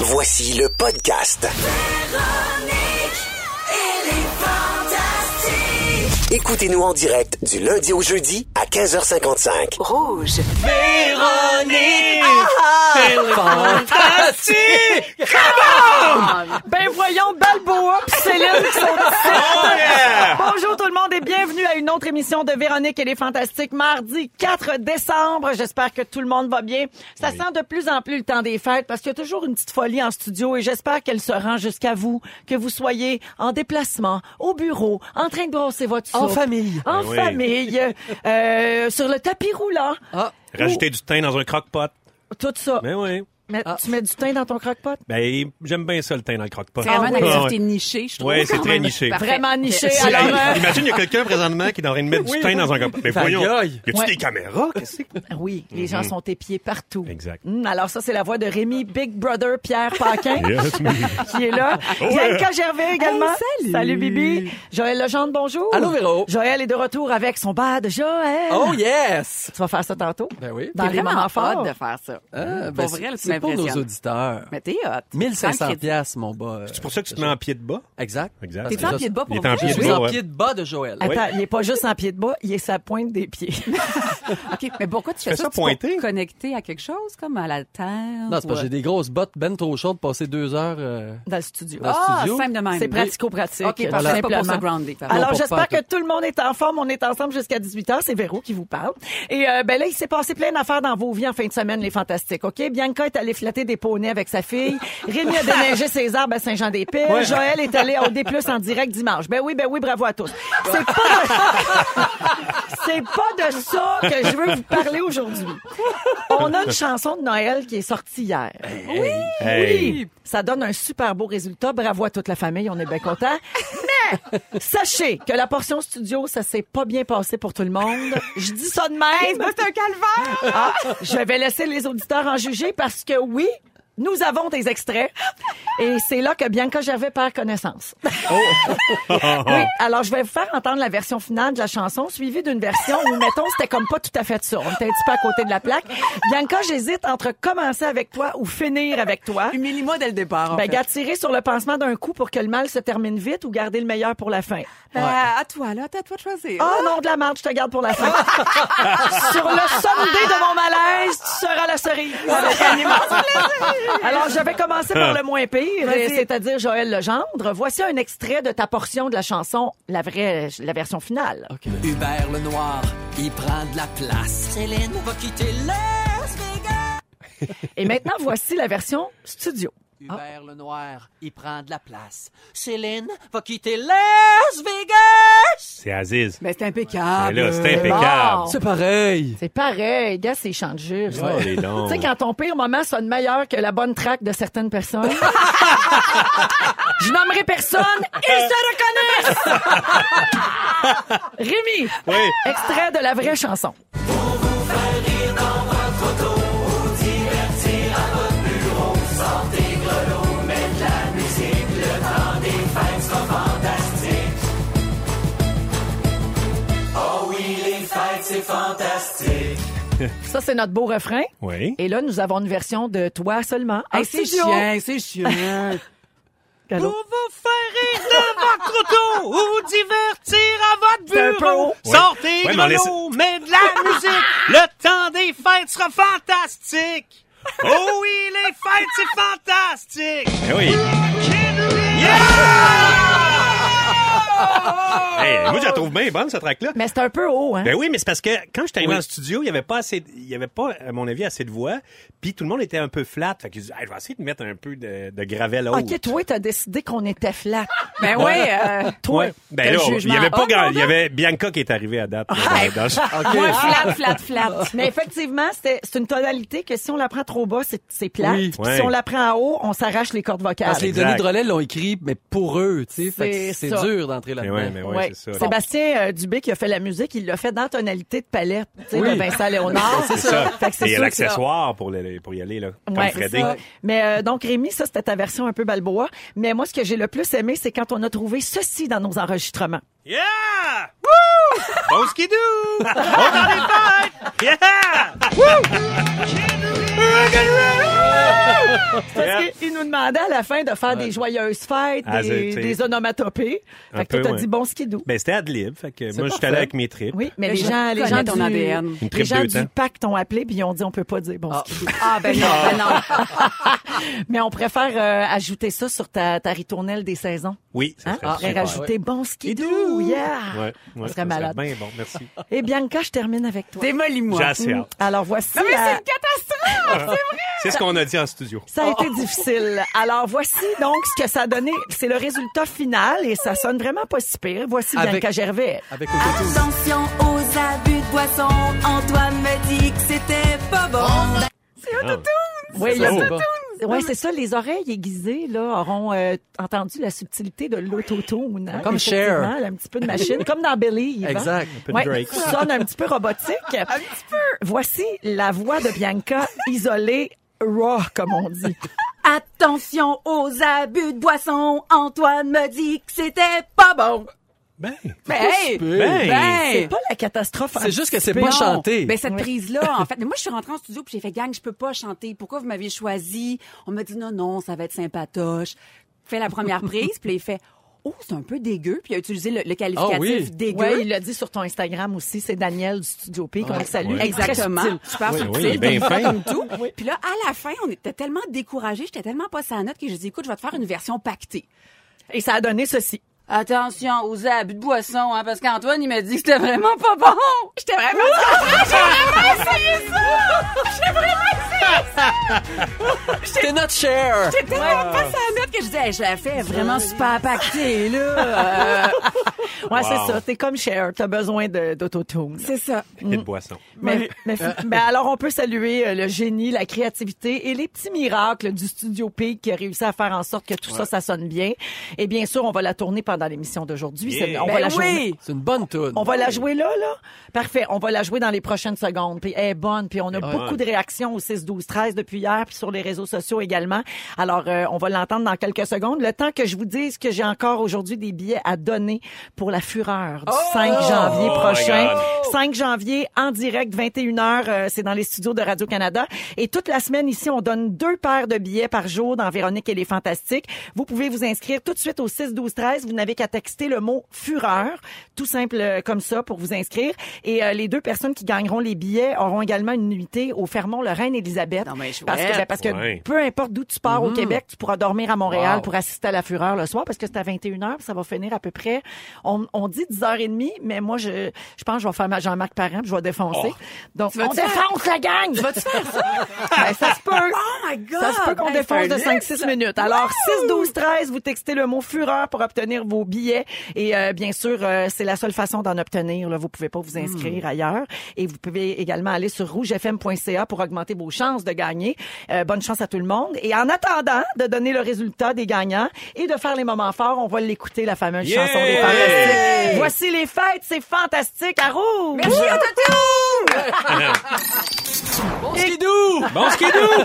Voici le podcast. Écoutez-nous en direct du lundi au jeudi à 15h55. Rouge. Ben voyons, Balboa pis Céline qui sont ici. Oh, Bonjour tout le monde et bienvenue à une autre émission de Véronique et les Fantastiques, mardi 4 décembre. J'espère que tout le monde va bien. Ça sent de plus en plus le temps des fêtes parce qu'il y a toujours une petite folie en studio et j'espère qu'elle se rend jusqu'à vous, que vous soyez en déplacement, au bureau, en train de brosser votre soupe. En famille. Ben En famille, euh, sur le tapis roulant. Rajouter du thym dans un croque-pot. Tout ça. Ben oui. Mais Tu mets du thym dans ton croque-pot? Ben, j'aime bien ça, le thym dans le croque-pot. C'est vraiment une Ah, activité ouais. nichée, je trouve. Ouais, c'est quand très même. niché. Parfait. Vraiment niché. Hey, Alors, euh, Imagine, il y a quelqu'un présentement qui est en train de mettre du thym dans un croque-pot. Mais voyons, y a-tu Ouais. des caméras? Qu'est-ce que c'est? Ah Oui, les gens sont épiés partout. Exact. Hum, alors ça, c'est la voix de Rémi Big Brother Pierre Paquin Yes, me. qui est là. Bianca Gervais également. salut. Bibi. Joël Legendre, bonjour. Allô, Véro. Joël est de retour avec son bas de Joël. Oh Hein? yes! Tu vas faire ça tantôt? Ben oui. Dans T'es les vraiment moments hot forts. de faire ça. Ah, ben, pour c'est- vrai, tu c'est pour nos m'impressionnes. auditeurs. Mais t'es hot. 1500 T'es piastres, mon bas. C'est pour ça que tu te mets en pied de bas? Exact. Exact. Parce T'es que en je- pied de bas pour Il est en vrai. Je pied de suis bas, en ouais. pied de bas de Joël. Attends, il est pas juste en pied de bas, il est sa pointe des pieds. OK, mais pourquoi tu fais fais ça? ça Tu pour pointer? connecter à quelque chose, comme à la terre? Non, c'est ou- parce que j'ai des grosses bottes ben trop chaudes, passer deux heures. euh, Dans le studio. Dans le Ah, studio. simple de même. C'est pratico-pratique. OK, tout parfait. C'est pas pour simplement. se grounder, parfait. Alors, Non, pour j'espère faire que tout le monde est en forme. On est ensemble jusqu'à 18h. C'est Véro qui vous parle. Et euh, ben là, il s'est passé plein d'affaires dans vos vies en fin de semaine, les fantastiques, OK? Bianca est allée flatter des poneys avec sa fille. Rémi a déneigé ses arbres à Saint-Jean-des-Piles. Joël est allé à OD+, en direct dimanche. Ben oui, ben oui, bravo à tous. C'est pas de... C'est pas de ça que je veux vous parler aujourd'hui. On a une chanson de Noël qui est sortie hier. Hey. Oui, ça donne un super beau résultat. Bravo à toute la famille, on est bien contents. Mais sachez que la portion studio, ça s'est pas bien passé pour tout le monde. Je dis ça de même. C'est un calvaire! Ah, je vais laisser les auditeurs en juger parce que oui, nous avons des extraits. Et c'est là que Bianca Gervais perd connaissance. oui, alors je vais vous faire entendre la version finale de la chanson, suivie d'une version où, mettons, c'était comme pas tout à fait ça. On était un petit peu à côté de la plaque. Bianca, j'hésite entre commencer avec toi ou finir avec toi. Humilie-moi dès le départ, en Ben, fait. gars, tirer sur le pansement d'un coup pour que le mal se termine vite ou garder le meilleur pour la fin. Ben, à toi, là. À toi de choisir. Oh non, de la marge, je te garde pour la fin. sur le sommet de mon malaise, tu seras la cerise. Avec Annie Martin. Alors, je vais commencer par le moins pire, Vas-y. c'est-à-dire Joël Legendre. Voici un extrait de ta portion de la chanson, la vraie, la version finale. Hubert le Noir, il prend de la place. Céline va quitter Las Vegas. Et maintenant, voici la version studio. Ah. Hubert le Noir, il prend de la place. Céline va quitter Las Vegas. C'est Aziz. Ben, c'est Mais impeccable. là, c'est Ah, Bon. impeccable. C'est pareil. C'est pareil, gars, c'est chant de juste. Oh, les Tu dons. sais, quand ton pire moment sonne meilleur que la bonne traque de certaines personnes. Je nommerai personne, ils se reconnaissent! Rémi, Oui. extrait de la vraie chanson. Ça, c'est notre beau refrain. Oui. Et là, nous avons une version de toi seulement. en Hey, c'est studio. chiant, Ben, c'est chiant. Allô? Ou divertir à votre C'est un peu haut. Ouais. Sortez Ouais, mais on de laisse- l'eau, mais de la musique. Le temps des fêtes sera fantastique. Oh oui, les fêtes, c'est fantastique. Ben oui. Hey, moi, je la trouve bien bonne, cette track-là. Mais c'est un peu haut, hein? Ben oui, mais c'est parce que quand j'étais arrivé en studio, il y avait pas assez, il y avait pas, à mon avis, assez de voix. Puis tout le monde était un peu flat. Fait que j'ai dit, Hey, je vais essayer de mettre un peu de, de gravel haut. Ah, OK, toi, t'as décidé qu'on était flat. ben oui, euh, Toi, Ben quel là, on- il y jugement. avait pas, Oh, grand- non, Ah, il y avait Bianca qui est arrivée à date. là, dans- dans- moi, flat, flat, flat. Mais effectivement, c'était- c'est une tonalité que si on la prend trop bas, c'est- c'est plat. Oui. Puis Ouais. Ah, si on la prend en haut, on s'arrache les cordes vocales. Parce que les Exact. données de relais l'ont écrit, mais pour eux, tu sais. fait que C'est C'est ça. dur d'entrer Mais là-dedans. ouais, mais ouais, Ouais. c'est ça. Sébastien euh, Dubé qui a fait la musique, il l'a fait dans tonalité de palette, tu sais, Oui. de Vincent Léonard. C'est ça. Fait que c'est Et il y a sûr que c'est- l'accessoire pour, le- pour y aller, là. Comme Ouais, Freddy. c'est ça. Mais euh, donc Rémi, ça c'était ta version un peu Balboa, mais moi ce que j'ai le plus aimé c'est quand on a trouvé ceci dans nos enregistrements. Eh, Yeah! Woo! Bon skidoo! On t'en est Yeah! Woo! Parce qu'il nous demandait à la fin de faire des joyeuses fêtes, Ah, des, c'est- c'est- des onomatopées. Un Fait que toi, peu, t'as ouais. dit bon skidou. Ben, c'était Adlib. Fait que moi, je suis allé avec mes tripes. Oui, mais Mais les je gens, les connais gens ton du, ADN. Une hein. les tripe gens de du temps. PAC t'ont appelé puis ils ont dit on peut pas dire bon skidou. Ah, ben non, ben non. Mais on préfère euh, ajouter ça sur ta, ta ritournelle des saisons. Oui, ça Hein? serait On pourrait super. rajouter bon skidou, yeah! Ouais, ouais, on ça serait malade. Bien bon, merci. Et Bianca, je termine avec toi. Démolis-moi. J'ai assez hâte. Alors voici Mais la- c'est une catastrophe! C'est ce qu'on a dit en studio. Ça Oh. a été difficile. Alors voici donc ce que ça a donné. C'est le résultat final et ça sonne vraiment pas si pire. Voici Avec- Bianca Gervais. Avec autotune. Attention aux abus de boisson, Antoine me dit que c'était pas bon. Oui, il y a- Oh. C'est bon. Ouais, c'est ça. Les oreilles aiguisées là auront euh, entendu la subtilité de l'autotune. hein, Comme Cher. effectivement, là, Un petit peu de machine, comme dans Believe. hein. Exact. peu de Ouais, Drake. qui sonne un petit peu robotique. un petit peu. Voici la voix de Bianca isolée, raw comme on dit. Attention aux abus de boisson, Antoine me dit que c'était pas bon. Ben, Mais hey! ben, C'est Ben! pas la catastrophe. C'est juste que c'est anticipée. pas Non. chanté. Ben, cette prise-là, en fait. Mais moi, je suis rentrée en studio puis j'ai fait, gang, je peux pas chanter. Pourquoi vous m'aviez choisi? On m'a dit, non, non, ça va être sympatoche. Fais la première prise, puis là, il fait, oh, c'est un peu dégueu. Puis il a utilisé le, le qualificatif Ah oui. dégueu. Ouais, il l'a dit sur ton Instagram aussi, c'est Daniel du Studio P qu'on le salue. Il est très Exactement. subtil. Super Oui, subtil, oui, bien comme fin. comme tout. Puis là, à la fin, on était tellement découragés, j'étais tellement pas à note que j'ai dit, écoute, je vais te faire une version pactée. Et ça a donné ceci. Attention aux abus de boisson, hein, parce qu'Antoine, il m'a dit que c'était vraiment pas bon. J'étais vraiment... C'était notre share. J'étais tellement pas à note que je disais, hey, je la fais vraiment super pactée, là. Euh, Ouais, c'est ça. T'es comme Cher. T'as besoin de- d'autotune. c'est ça. et de boisson. Mais, mais, mais alors, on peut saluer euh, le génie, la créativité et les petits miracles du Studio P qui a réussi à faire en sorte que tout ça, ça sonne bien. Et bien sûr, on va la tourner pendant l'émission d'aujourd'hui. Yeah. C'est- On, Ben va la jouer- oui. C'est une bonne tune. on va la jouer là, là. Parfait. On va la jouer dans les prochaines secondes. Puis elle est bonne. Puis on a beaucoup de réactions au 6, 12, 13 depuis hier, puis sur les réseaux sociaux également. Alors, euh, on va l'entendre dans quelques secondes. Le temps que je vous dise que j'ai encore aujourd'hui des billets à donner pour la fureur du 5 janvier Oh my prochain. God. 5 janvier en direct 21h euh, c'est dans les studios de Radio Canada et toute la semaine ici on donne deux paires de billets par jour dans Véronique et les fantastiques. Vous pouvez vous inscrire tout de suite au 6 12 13, vous n'avez qu'à texter le mot fureur, tout simple euh, comme ça pour vous inscrire et euh, les deux personnes qui gagneront les billets auront également une nuitée au Fermont le Reine Élisabeth Non, mais chouette. parce que ben, parce que Ouais. peu importe d'où tu pars au Québec, tu pourras dormir à Montréal Wow. pour assister à la fureur le soir parce que c'est à 21h, puis ça va finir à peu près on, on dit 10h30 mais moi je je pense que je vais faire ma Jean-Marc Parent, puis je vais défoncer. Donc on vas-tu défonce la gang. Tu vas faire ça ben, ça se peut. Oh my God! Ça se peut qu'on Hey, défonce de c'est un 5 6 minutes. Alors 6 12 13, vous textez le mot fureur pour obtenir vos billets et euh, bien sûr euh, c'est la seule façon d'en obtenir là, vous pouvez pas vous Hmm. inscrire ailleurs et vous pouvez également aller sur rougefm.ca pour augmenter vos chances de gagner. Euh, bonne chance à tout le monde et en attendant de donner le résultat des gagnants et de faire les moments forts, on va l'écouter la fameuse Yeah! chanson des fantastiques. Voici les fêtes, c'est fantastique à rouge. Merci, Antoine! Bon skidou! Bon skidoo!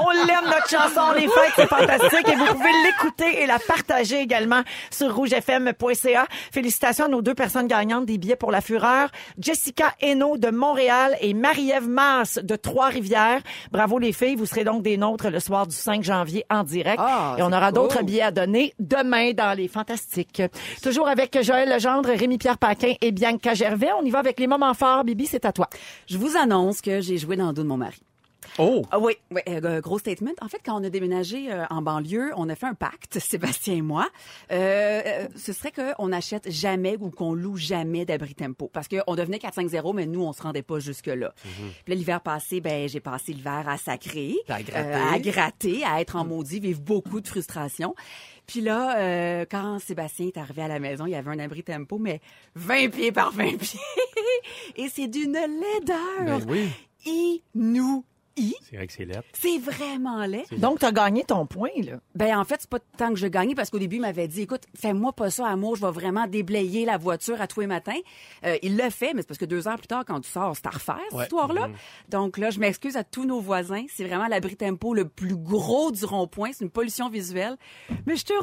On l'aime, notre chanson. Les fêtes, c'est fantastique. Et vous pouvez l'écouter et la partager également sur rougefm.ca. Félicitations à nos deux personnes gagnantes des billets pour la fureur. Jessica Hainaut de Montréal et Marie-Ève Mars de Trois-Rivières. Bravo les filles. Vous serez donc des nôtres le soir du 5 janvier en direct. Ah, et on c'est aura cool. d'autres billets à donner demain dans les fantastiques. Toujours avec Joël Legendre, Rémi-Pierre Paquin et Bianca Gervais. On y va avec les moments forts. Bibi, c'est à toi. Je vous annonce que j'ai joué dans le dos de mon mari. Oh! Ah oui, oui, euh, gros statement. En fait, quand on a déménagé euh, en banlieue, on a fait un pacte, Sébastien et moi. Euh, euh, ce serait qu'on n'achète jamais ou qu'on loue jamais d'abri tempo. Parce qu'on devenait 4-5-0, mais nous, on se rendait pas jusque-là. Puis là, l'hiver passé, ben, j'ai passé l'hiver Mhm. à sacrer, euh, T'as gratté. à gratter, Mhm. à être en maudit, vivre beaucoup de frustration. Puis là, euh, quand Sébastien est arrivé à la maison, il y avait un abri tempo, mais 20 pieds par 20 pieds. Et c'est d'une laideur Ben oui. inouïe. I. C'est vrai que c'est lettre. C'est vraiment laid. Donc, t'as gagné ton point, là. Ben en fait, c'est pas tant que je gagnais parce qu'au début, il m'avait dit écoute, fais-moi pas ça, amour, je vais vraiment déblayer la voiture à tous les matins. Euh, il l'a fait, mais c'est parce que deux heures plus tard, quand tu sors, c'est à refaire, cette histoire-là. Donc là, je m'excuse à tous nos voisins. C'est vraiment l'abri tempo le plus gros du rond-point. C'est une pollution visuelle. Mais je suis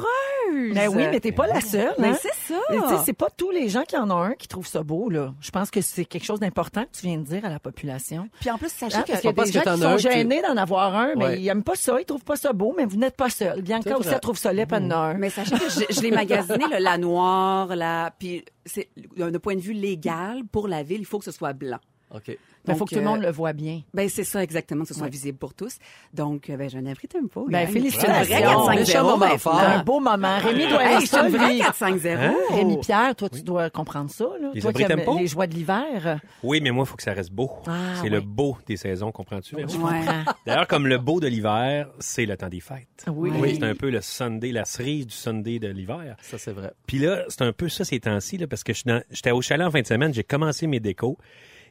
heureuse. Ben oui, mais t'es pas la seule. Mais hein. Ben, c'est ça. Et tu sais, c'est pas tous les gens qui en ont un qui trouvent ça beau, là. Je pense que c'est quelque chose d'important que tu viens de dire à la population. Puis en plus, sachez Hein, Ben, que parce qu'il y a parce que des gens t'en qui as un sont que tu- gênés d'en avoir un, mais Ouais. ils aiment pas ça, ils trouvent pas ça beau, mais vous n'êtes pas seul. Bianca aussi, vrai. elle trouve ça laid, pas de nord. Mais sachez que je, je l'ai magasiné, là, la noire, la... Puis c'est d'un point de vue légal, pour la ville, il faut que ce soit blanc. OK. Il Ben, faut Donc, que tout le monde euh, le voit bien. Ben c'est ça exactement, que ce soit visible pour tous. Donc, euh, ben j'ai un abri tempo. Ben, gang. félicitations. C'est un vrai Méchant 4-5-0, moment ben, fort. C'est un Ah. beau moment. Rémi doit Hey, aimer je suis ça, un vrai lui. 4-5-0. Hein? Rémi Pierre, toi, tu dois comprendre ça, là. Les toi qui aimes abritempos? les joies de l'hiver. Oui, mais moi, il faut que ça reste beau. Ah, c'est oui. le beau des saisons, comprends-tu? Véro? Ouais. D'ailleurs, comme le beau de l'hiver, c'est le temps des fêtes. Oui. C'est un peu le Sunday, la cerise du Sunday de l'hiver. Ça, c'est vrai. Puis là, c'est un peu ça ces temps-ci, là, parce que je suis dans- j'étais au chalet en fin de semaine, j'ai commencé mes décos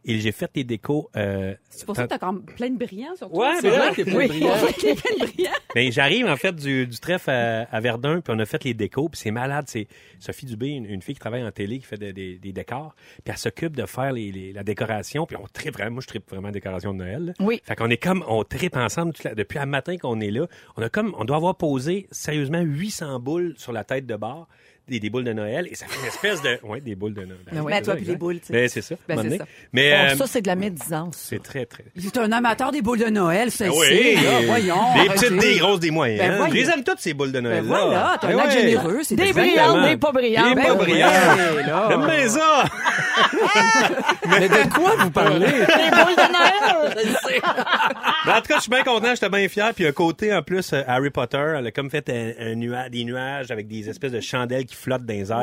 et j'ai fait les décos. Euh, C'est pour ça que t'as quand même plein de brillants sur toi. Ouais, C'est ben vrai ouais. que t'es plus brillant. Ben, j'arrive en fait du, du trèfle à, à Verdun, puis on a fait les décos, puis c'est malade. C'est Sophie Dubé, une, une fille qui travaille en télé, qui fait des- des, des décors, puis elle s'occupe de faire les, les- la décoration, puis on tripe vraiment. Moi, je tripe vraiment la décoration de Noël. là. Oui. Fait qu'on est comme, on tripe ensemble toute la- depuis un matin qu'on est là. On a comme, on doit avoir posé sérieusement 800 boules sur la tête de bar. Des, des boules de Noël et ça fait une espèce de ouais des boules de Noël. Ben ouais, toi, puis les boules, tu sais. Ben, c'est ça. Ben, un moment donné. c'est ça. Mais Bon, euh, ça, c'est de la médisance. c'est très très. C'est un amateur des boules de Noël, ça Ben Ah Oui, Ben là, voyons. des petites, arrêtez. des grosses, des moyennes. Ben, voyons. je les aime toutes ces boules de Ah Noël. Ben voilà, t'as un acte généreux, c'est Des bien. brillantes, des pas brillantes. Des Ben pas oui. brillantes. J'aime bien ça. Mais de quoi vous parlez? Les boules de Ah, Noël! Ben, en tout cas, je suis bien content, j'étais bien fier. Puis un côté, en plus, euh, Harry Potter, elle a comme fait un, un nua- des nuages avec des espèces de chandelles qui flottent dans les airs.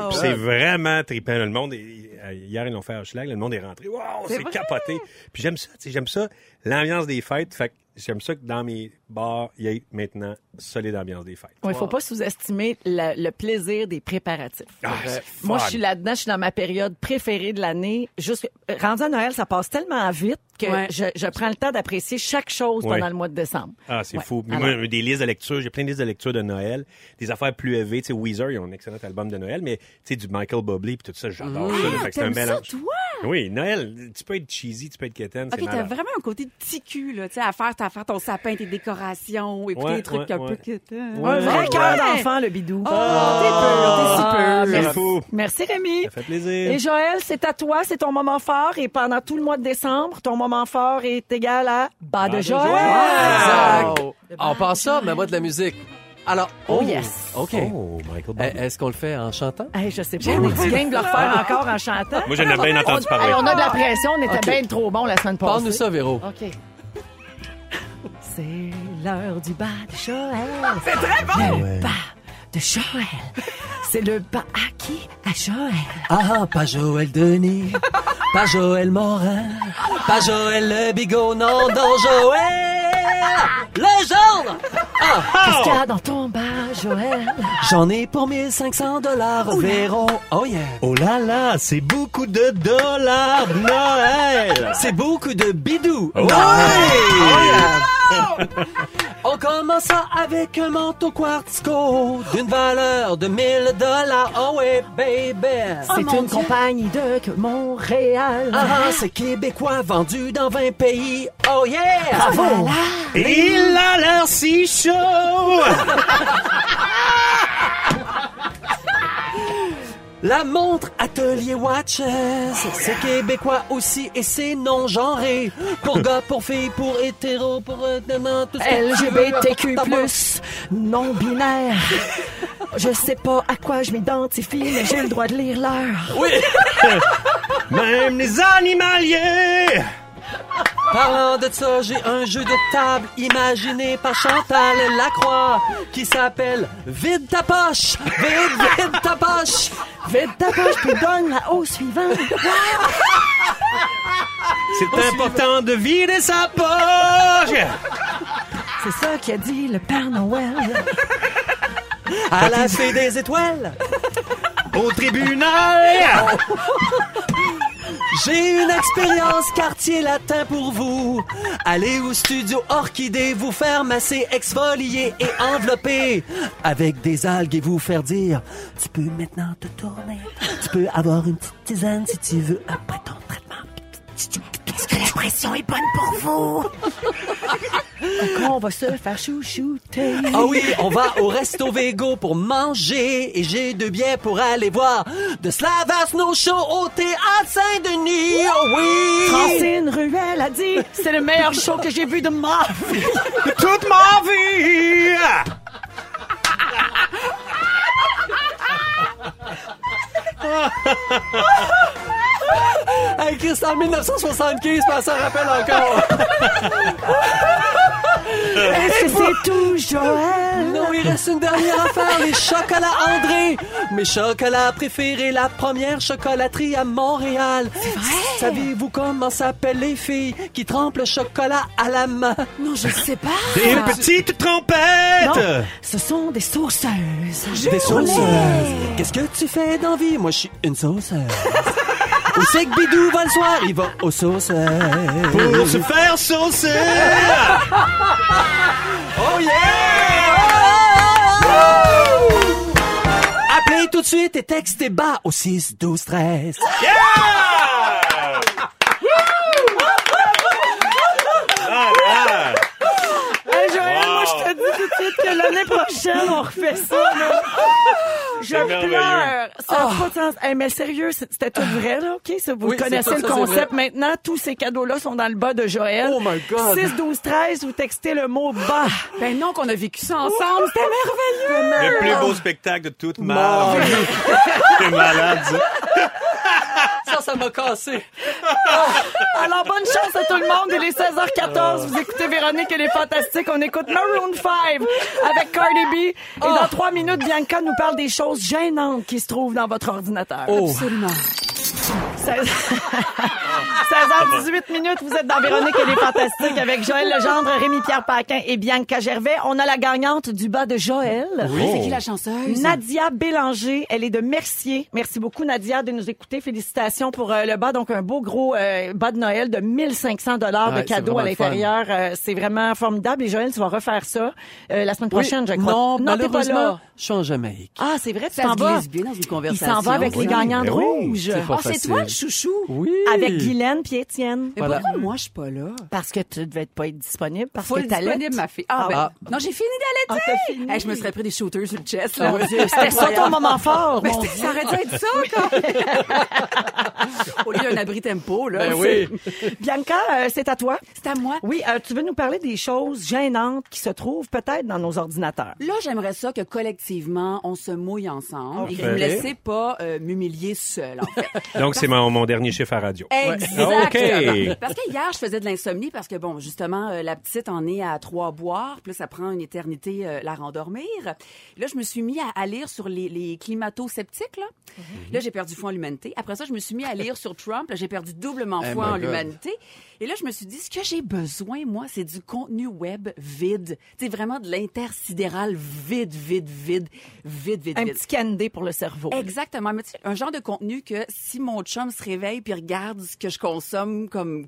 Wow! Puis c'est vraiment trippant. Le monde, est- euh, hier, ils l'ont fait à Hochelag, le monde est rentré. Wow, c'est capoté. Puis j'aime ça, tu sais, j'aime ça, l'ambiance des fêtes. Fait que j'aime ça que dans mes bars, il y ait maintenant solide ambiance des fêtes. Il faut pas sous-estimer la- le plaisir des préparatifs. Euh, Ah, c'est Moi, fun. je suis là-dedans, je suis dans ma période préférée de l'année. Juste, euh, rendu à Noël, ça passe tellement vite que Ouais. je, je prends le temps d'apprécier chaque chose pendant Ouais. le mois de décembre. Ah, c'est Ouais. fou. Puis Alors- moi, des listes de lecture, j'ai plein de listes de lecture de Noël, des affaires plus élevées. Tu sais, Weezer, ils ont un excellent album de Noël, mais tu sais, du Michael Bublé puis tout ça, j'adore ça. là. Fait que c'est un T'aimes ça, mélange. toi? Oui, Noël, tu peux être cheesy, tu peux être quétaine, Ok, c'est t'as malade. vraiment un côté petit cul, là, tu sais, à faire, à faire ton sapin, tes décorations, écouter Ouais, des trucs ouais, un ouais. peu... que- Un vrai Ouais. cœur d'enfant, le bidou. Oh, t'es peur, t'es si peur. Ah, C'est merci. fou. Merci, Rémi. Ça fait plaisir. Et Joël, c'est à toi, c'est ton moment fort. Et pendant tout le mois de décembre, ton moment fort est égal à bas de de Joël. Joël. Exact. On passe ça, mais moi de la musique. Alors, oh, yes. OK. Oh, Michael Eh, Bublé. Est-ce qu'on le fait en chantant? Hey, je sais pas, on est-tu game de le refaire encore en chantant? Moi, j'en ai bien entendu Hey, on parler. a de la pression, on était bien trop bon la semaine passée. Parle-nous ça, Véro. OK. C'est l'heure du bas de Joël. C'est très bon! Le bas de Joël. C'est le bas à qui? À Joël. Ah, pas Joël Denis, pas Joël Morin, pas Joël Le Bigot, non, non, Joël Ah, Legendre! Qu'est-ce qu'il y a dans ton bas, Joël? J'en ai pour 1500 dollars, Véro. Oh yeah! Oh là là, c'est beaucoup de dollars de Noël. C'est beaucoup de bidou. Ouais. Oh On commence avec un manteau quartzco d'une valeur de 1000 dollars. Oh ouais, baby. C'est une compagnie de Montréal. Ah, c'est québécois vendu dans 20 pays. Oh yeah! Bravo! Il a l'air si chaud. La montre Atelier Watches, c'est québécois aussi et c'est non genré. Pour gars, pour filles, pour hétéro, pour euh, nanana, tout ce que tu veux. LGBTQ+, non-binaire. Je sais pas à quoi je m'identifie, mais j'ai le droit de lire l'heure. Oui. Même les animaliers. Parlant de ça, j'ai un jeu de table imaginé par Chantal Lacroix qui s'appelle Vide ta poche! Vide, vide ta poche! Vite ta page, puis Ah, donne la hausse suivante. C'est important de vider sa poche. C'est ça qu'a dit le Père Noël. À la fée des étoiles! Au tribunal! J'ai une expérience quartier latin pour vous. Allez au studio Orchidée, vous faire masser, exfolier et envelopper avec des algues et vous faire dire Tu peux maintenant te tourner. Tu peux avoir une petite tisane si tu veux après ton traitement. Est-ce que la pression est bonne pour vous? On va se faire chouchouter. Ah oui, on va au Resto Vego pour manger et j'ai deux billets pour aller voir de Slava Snow Show au Théâtre Saint-Denis. Oh oui! Francine Ruel a dit c'est le meilleur show que j'ai vu de ma vie. Toute ma vie! Hey, Chris, en 1975, ben, ça rappelle encore. Est-ce que c'est tout, Joël? Non, il reste une dernière affaire, les chocolats André. Mes chocolats préférés, la première chocolaterie à Montréal. Savez-vous comment s'appellent les filles qui trempent le chocolat à la main? Non, je sais pas. Ah, Des petites trompettes! Non, ce sont des sauceuses. Des sauceuses. Qu'est-ce que tu fais dans vie? Moi, je suis une sauceuse. Où c'est que Bidou va le soir? Il va aux euh. sauceuses. Pour se faire saucer! Oh yeah! Appelez tout de suite et textez bas au 6 12 13. Hey, Joël, moi, je te dis tout de suite que l'année prochaine, on refait ça. là. Je merveilleux. pleure. Ça n'a pas de sens. Hey, mais sérieux, c'est- c'était tout vrai, là, OK? Ça, vous Ah. Oui, connaissez c'est ça, le ça, c'est concept maintenant. Tous ces cadeaux-là sont dans le bas de Joël. Oh my God. 6, 12, 13, vous textez le mot bas. Ben non, qu'on a vécu ça ensemble. C'était merveilleux. Le plus beau spectacle de toute ma vie. T'es malade, ça. Ça, ça m'a cassé. Alors, bonne chance à tout le monde. Il est Ah. 16h14. Vous écoutez Véronique, elle est fantastique. On écoute Maroon 5 avec Cardi B. Et Ah. dans trois minutes, Bianca nous parle des choses gênantes qui se trouvent dans votre ordinateur. Oh, Absolument. Oh. 16h18 minutes, vous êtes dans Véronique et les Fantastiques avec Joël Legendre, Rémi-Pierre Paquin et Bianca Gervais. On a la gagnante du bas de Joël. C'est qui la chanceuse? Nadia Bélanger, elle est de Mercier. Merci beaucoup Nadia de nous écouter. Félicitations pour euh, le bas, donc un beau gros euh, bas de Noël de 1500 dollars de Ouais, c'est cadeaux à vraiment le fun. l'intérieur. Euh, c'est vraiment formidable. Et Joël, tu vas refaire ça euh, la semaine prochaine, je crois. Non, t'es pas là. malheureusement, je suis en Jamaïque. Ah, c'est vrai, tu Ça t'en se vas. glisse bien dans une Il conversation. s'en va avec les Oui. gagnants de Ben oui, rouge. c'est pas Ah, c'est facile. toi le chouchou? Oui. Avec Guylaine puis Étienne. Mais Voilà. pourquoi moi, je suis pas là? Parce que tu devais pas être disponible. Parce Faut que le t'allais. disponible, ma fille. Ah, Ah. ben, non, j'ai fini Ah, d'allaiter. t'as fini. Hey, je me serais pris des shooters sur le chest, là. Mon Dieu, C'était ça ton moment fort. Mais mon c'était- Dieu. ça aurait dû être ça, quand Au lieu d'un abri tempo, là. Ben oui. Bianca, euh, c'est à toi. C'est à moi. Oui, euh, tu veux nous parler des choses gênantes qui se trouvent peut-être dans nos ordinateurs. Là, j'aimerais ça que collectivement, on se mouille ensemble et que Ok. vous me laissez pas euh, m'humilier seule, en fait. Donc, c'est mon, mon dernier chiffre à radio. Ah, Exactement. OK. Parce que hier, je faisais de l'insomnie parce que, bon, justement, euh, la petite en est à trois boires, puis là, ça prend une éternité euh, la rendormir. Là, je me suis mis à, à lire sur les, les climato-sceptiques, là. Mhm. Là, j'ai perdu foi en l'humanité. Après ça, je me suis mis à lire sur Trump. Là, j'ai perdu doublement Eh foi my en God. l'humanité. Et là, je me suis dit, ce que j'ai besoin, moi, c'est du contenu web vide. C'est vraiment de l'intersidéral vide, vide, vide, vide, vide, Un vide. petit candy pour le cerveau. Exactement. Mais tu sais, un genre de contenu que si mon chum se réveille puis regarde ce que je consomme comme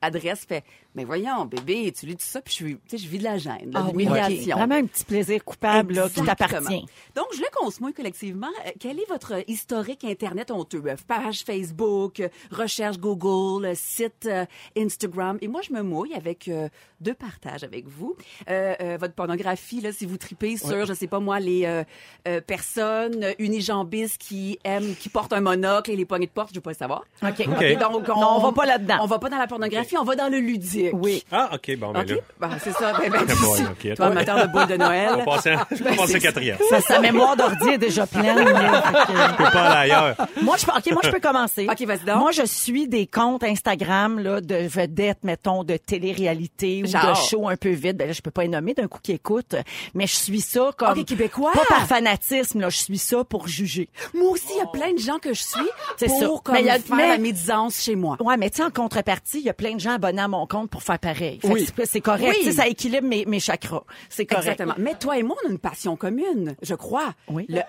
adresse, fait Mais voyons, bébé, tu lis tout ça, puis je, suis- tu sais, je vis de la gêne, de Ah oui, ok. l'humiliation. Vraiment un petit plaisir coupable là, qui Exactement. t'appartient. Donc, je voulais qu'on se mouille collectivement. Euh, Quel est votre historique Internet honteux? Euh, Page Facebook, euh, recherche Google, euh, site euh, Instagram. Et moi, je me mouille avec euh, deux partages avec vous. Euh, euh, votre pornographie, là, si vous tripez sur, je sais pas moi, les euh, euh, personnes euh, unijambistes qui aiment, qui portent un monocle et les poignées de porte, je veux pas le savoir. OK. OK. Donc, Non, on va pas là-dedans. On va pas dans la pornographie, on va dans le ludique. Oui. Ah, OK, bon, mais OK? là. Bon, c'est ça. Ben, ben, T'as pas, tu- ok. toi, amateur de boules de On Noël. passe à- je Ben, pense au quatrième. Ça, sa mémoire d'ordi est déjà pleine. là. Fait que- Je peux pas aller ailleurs. Moi, je, peux- OK, moi, je peux commencer. OK, vas-y donc. Moi, je suis des comptes Instagram là, de vedettes, mettons, de télé-réalité ou Genre. de shows un peu vides. Ben là, je peux pas les nommer d'un coup qui écoute, mais je suis ça comme... OK, québécois. Pas par fanatisme, là, je suis ça pour juger. Moi aussi, il y a plein de gens que je suis C'est pour ça. comme Mais il y a- faire mais- la médisance chez moi. Ouais, mais tu sais, en contrepartie, il y a plein de gens abonnés à mon compte pour faire pareil. Fait que Oui. c'est- C'est correct. Oui. Tu sais, Ça équilibre mes, mes chakras. C'est correct. Exactement. Mais toi et moi, on a une passion commune, je crois. Oui. Le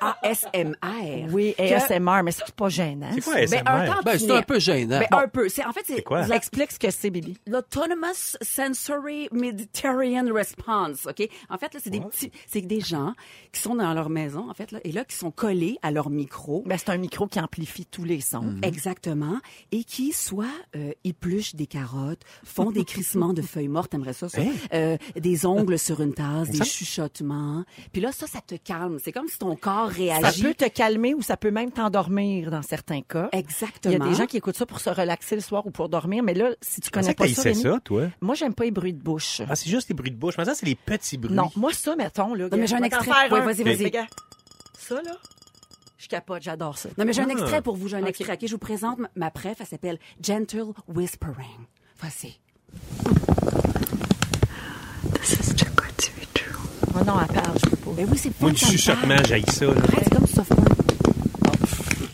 ASMR. Oui, Que- ASMR, mais ça, c'est pas gênant. C'est quoi ça. Ben, un ASMR? temps Ben, c'est un peu gênant. Ben, Bon. un peu. C'est, en fait, c'est, quoi? la- Explique ce que c'est, Bibi. l'autonomous sensory Mediterranean response, ok En fait là, c'est des petits, c'est des gens qui sont dans leur maison en fait là, et là qui sont collés à leur micro. Ben, c'est un micro qui amplifie tous les sons. Hmm. Exactement. Et qui, soit euh, épluchent des carottes, font des crissements de feuilles mortes, t'aimerais ça, Hein? ça? Euh, des ongles sur une tasse, des chuchotements. Puis là, ça, ça te calme. C'est comme si ton corps Ça réagit. peut te calmer ou ça peut même t'endormir dans certains cas. Il Exactement. y a des gens qui écoutent ça pour se relaxer le soir ou pour dormir, mais là, si tu pensais connais que pas ça, t'haïssais Rémi- ça, toi. moi j'aime pas les bruits de bouche. Ah, c'est juste les bruits de bouche. Mais ça, c'est les petits bruits. non, moi ça, mettons là. mais j'ai un je vais t'en extrait. faire Ouais, un. vas-y, Mais vas-y. regarde, Ça là, je capote, j'adore ça. Non, mais j'ai un Ah. extrait pour vous. J'ai un extrait. OK, je vous présente ma- ma préf. Elle s'appelle Gentle Whispering. Voici. Oh non, à part, je peux pas. Ben oui, c'est pas Moi, du chuchotement, j'aille ça. là. C'est comme soft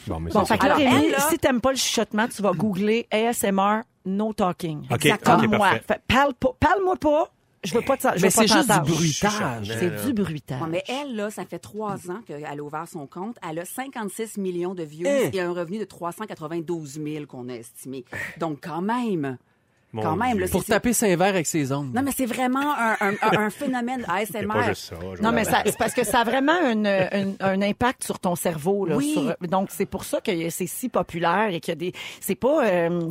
Bon, mais Bon, ça, fait que là, Alors, Rémi, elle, là- si t'aimes pas le chuchotement, tu vas googler ASMR no talking. OK, Exactement. OK, Comme moi. parfait. Fait, parle pas- parle-moi pas. Je veux pas te je veux Mais pas c'est juste du t'entendre. bruitage. C'est du bruitage. Ouais, mais elle, là, ça fait trois ans qu'elle a ouvert son compte. Elle a 56 millions de views Eh! Hein? et un revenu de 392 000 qu'on a estimé. Donc, quand même. Eh! Mon quand même. Dieu. là, c'est- Pour c'est- taper Saint-Vert avec ses ongles. Non, mais c'est vraiment un, un- un- un phénomène C'est ASMR. pas juste ça. je Non, mais vois. ça- c'est parce que ça a vraiment une- une- un impact sur ton cerveau. Là, Oui. sur- donc, c'est pour ça que c'est si populaire et que des. C'est pas. euh,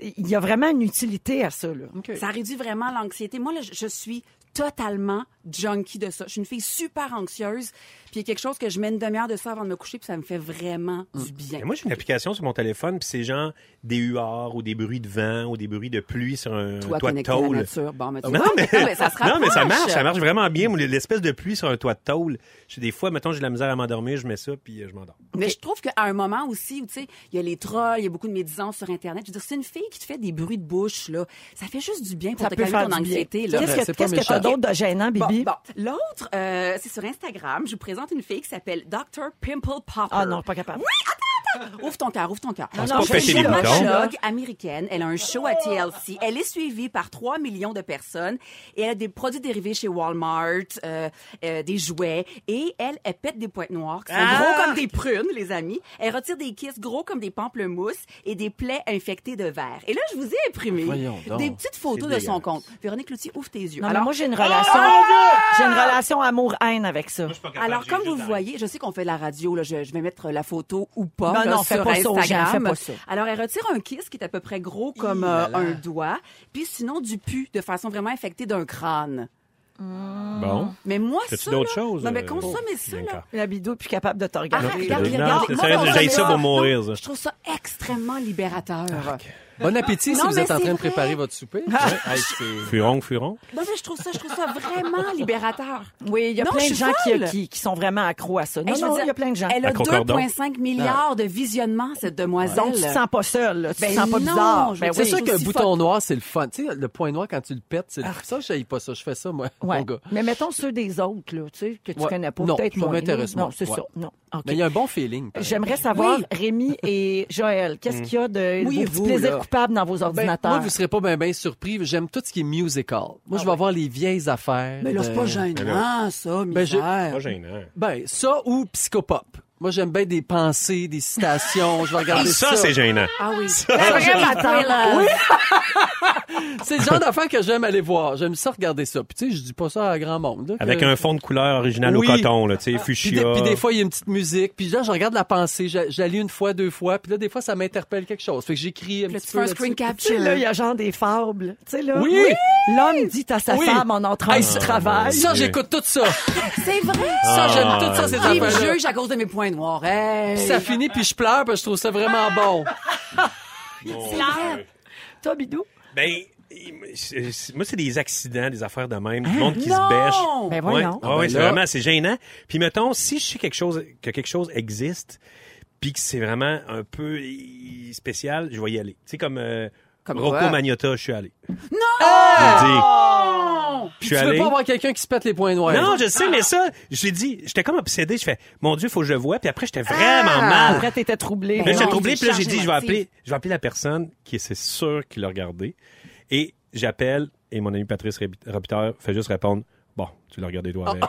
il y a vraiment une utilité à ça. Là. Ça réduit vraiment l'anxiété. Moi, là, je, je suis totalement junkie de ça. Je suis une fille super anxieuse. Puis il y a quelque chose que je mets une demi-heure de ça avant de me coucher, puis ça me fait vraiment du bien. Mais Hum. moi, j'ai une application sur mon téléphone, puis c'est genre des huards ou des bruits de vent ou des bruits de pluie sur un Toi, toit de connecté à la tôle. nature. Bon, mais tu Non vois, mais... non, mais ça se non, mais ça rapproche. marche, ça marche vraiment bien. Moi, L'espèce de pluie sur un toit de tôle. Je- Des fois, mettons, j'ai de la misère à m'endormir, je mets ça, puis euh, je m'endors. Mais je trouve qu'à un moment aussi où, tu sais, il y a les trolls, il y a beaucoup de médisance sur Internet. Je veux dire, c'est une fille qui te fait des bruits de bouche, là. Ça fait juste du bien pour Ça te peut calmer faire ton du bien. anxiété, là. Ben, Qu'est-ce que C'est tu pas as méchant. d'autre de gênant, Bon, Bibi? bon. L'autre, euh, c'est sur Instagram. Je vous présente une fille qui s'appelle Dr. Pimple Popper. Ah non, pas capable. Ouvre ton cœur, ouvre ton cœur. non, pas c'est péter une les boutons. dermatologue américaine. Elle a un show à TLC. Elle est suivie par 3 millions de personnes. Et elle a des produits dérivés chez Walmart, euh, euh, des jouets. Et elle, elle pète des pointes noires qui sont Ah! gros comme des prunes, les amis. Elle retire des kisses gros comme des pamplemousses et des plaies infectées de verre. Et là, je vous ai imprimé Voyons donc. des petites photos C'est de son dégueulasse. compte. Véronique Loutier, ouvre tes yeux. Non, Alors, mais Oh, moi, j'ai une relation. j'ai une relation amour-haine avec ça. alors, comme vous le voyez, je sais qu'on fait de la radio, là, je, je vais mettre la photo ou pas Non, là, non, fais sur pas ça aux gens, Instagram. fais pas ça. Alors, elle retire un kiss qui est à peu près gros comme euh, un doigt, puis sinon du pu de façon vraiment infectée d'un crâne. Bon. Mais moi, Ah. ça... T'as-tu d'autres là- choses? Non, mais euh, consommez ça, Bianca? là. La bidou est plus capable de te Ah, regarder. regarde, Non, regarde. c'est Moi, sérieux, consommez j'ai ça pour mourir, ça. Ah, Je trouve ça extrêmement libérateur. Bon appétit si Non, vous mais êtes en train c'est de préparer vrai. votre souper. Ouais, hey, c'est- Furon, furon. Non, mais je trouve ça, je trouve ça vraiment libérateur. Oui, il y a Non, plein je de suis gens qui, folle. qui- qui sont vraiment accros à ça. Hey, Non, je veux non, dire, il y a plein de gens. Elle a À Concordon. 2,5 milliards de visionnements, cette demoiselle. Ah. Donc, tu te sens pas seul. là. Tu Ben te sens pas non, bizarre. je Ben veux C'est Oui. sûr C'est qu'un aussi bouton noir, c'est le fun. Tu sais, le point noir, quand tu le pètes, c'est le... ça, je pas ça. Je fais ça, moi, Ouais. mon gars. Mais mettons ceux des autres, là, tu sais, que tu Ouais. connais pas. Non, peut-être ça moins. m'intéresse Non, moins. c'est Ouais. ça. Non. OK. Mais il y a Mm. un bon feeling. pareil. J'aimerais savoir, Oui. Rémi et Joël, qu'est-ce qu'il y a de vos petits Mouillez-vous, plaisirs là. coupables dans vos Ben, ordinateurs? moi, vous serez pas bien surpris. J'aime tout ce qui est musical. Moi, je vais avoir les vieilles affaires. Ah Mais là, c'est de- pas gênant, ça, Ben, j'ai- misère. Pas gênant. Ben, ça ou psychopop. Moi, j'aime bien des pensées, des citations. Je vais Ah, regarder ça. ça, c'est gênant. Ah oui. C'est le genre d'affaires que j'aime aller voir. J'aime ça regarder ça. Puis tu sais, je dis pas ça à grand monde. là, que- Avec un fond de couleur original Oui. au coton, là, tu sais, Puis fuchsia. des, puis des fois, il y a une petite musique. Puis là, je regarde la pensée. J'a- J'allie une fois, deux fois. Puis là, des fois, ça m'interpelle quelque chose. Fait que j'écris un Là, petit tu peu. fais un là-dessus. screen Tu sais, capture. là, il y a genre des fables. Tu sais, là. Oui. L'homme dit à sa Oui. femme en entrant Hey, du Ah, ça- travail. Ça, j'écoute tout ça. C'est vrai. Ça, j'aime Ah. tout ça, ces Qui me affaires-là. juge à cause de mes points noirs. Hey. Puis ça finit, puis je pleure, parce que je trouve ça vraiment bon. Toi, Bidou. Ben, il- c'est- c'est- moi, c'est des accidents, des affaires de même, du monde qui non! se bêche. Ben ouais, Ah voyons. ouais, ouais, c'est là- vraiment, c'est gênant. Puis mettons, si je sais quelque chose, que quelque chose existe, puis que c'est vraiment un peu i- spécial, je vais y aller. Tu sais, comme, euh, Comme Rocco quoi? Magnotta, je suis allé. Non! Je Tu suis veux allé. pas avoir Ah! quelqu'un qui se pète les points noirs. Non, je sais, mais ça, je l'ai dit, j'étais comme obsédé. Je fais, mon Dieu, faut que je le voie. Puis après, j'étais vraiment mal. Après, t'étais troublé. Mais non, j'ai troublé, c'est puis là, j'ai charge dit, je vais émotive. appeler, je vais appeler la personne qui c'est sûr qu'il l'a regardé. Et J'appelle et mon ami Patrice Ré- Robitaille fait juste répondre Bon, tu l'as regardé toi avec.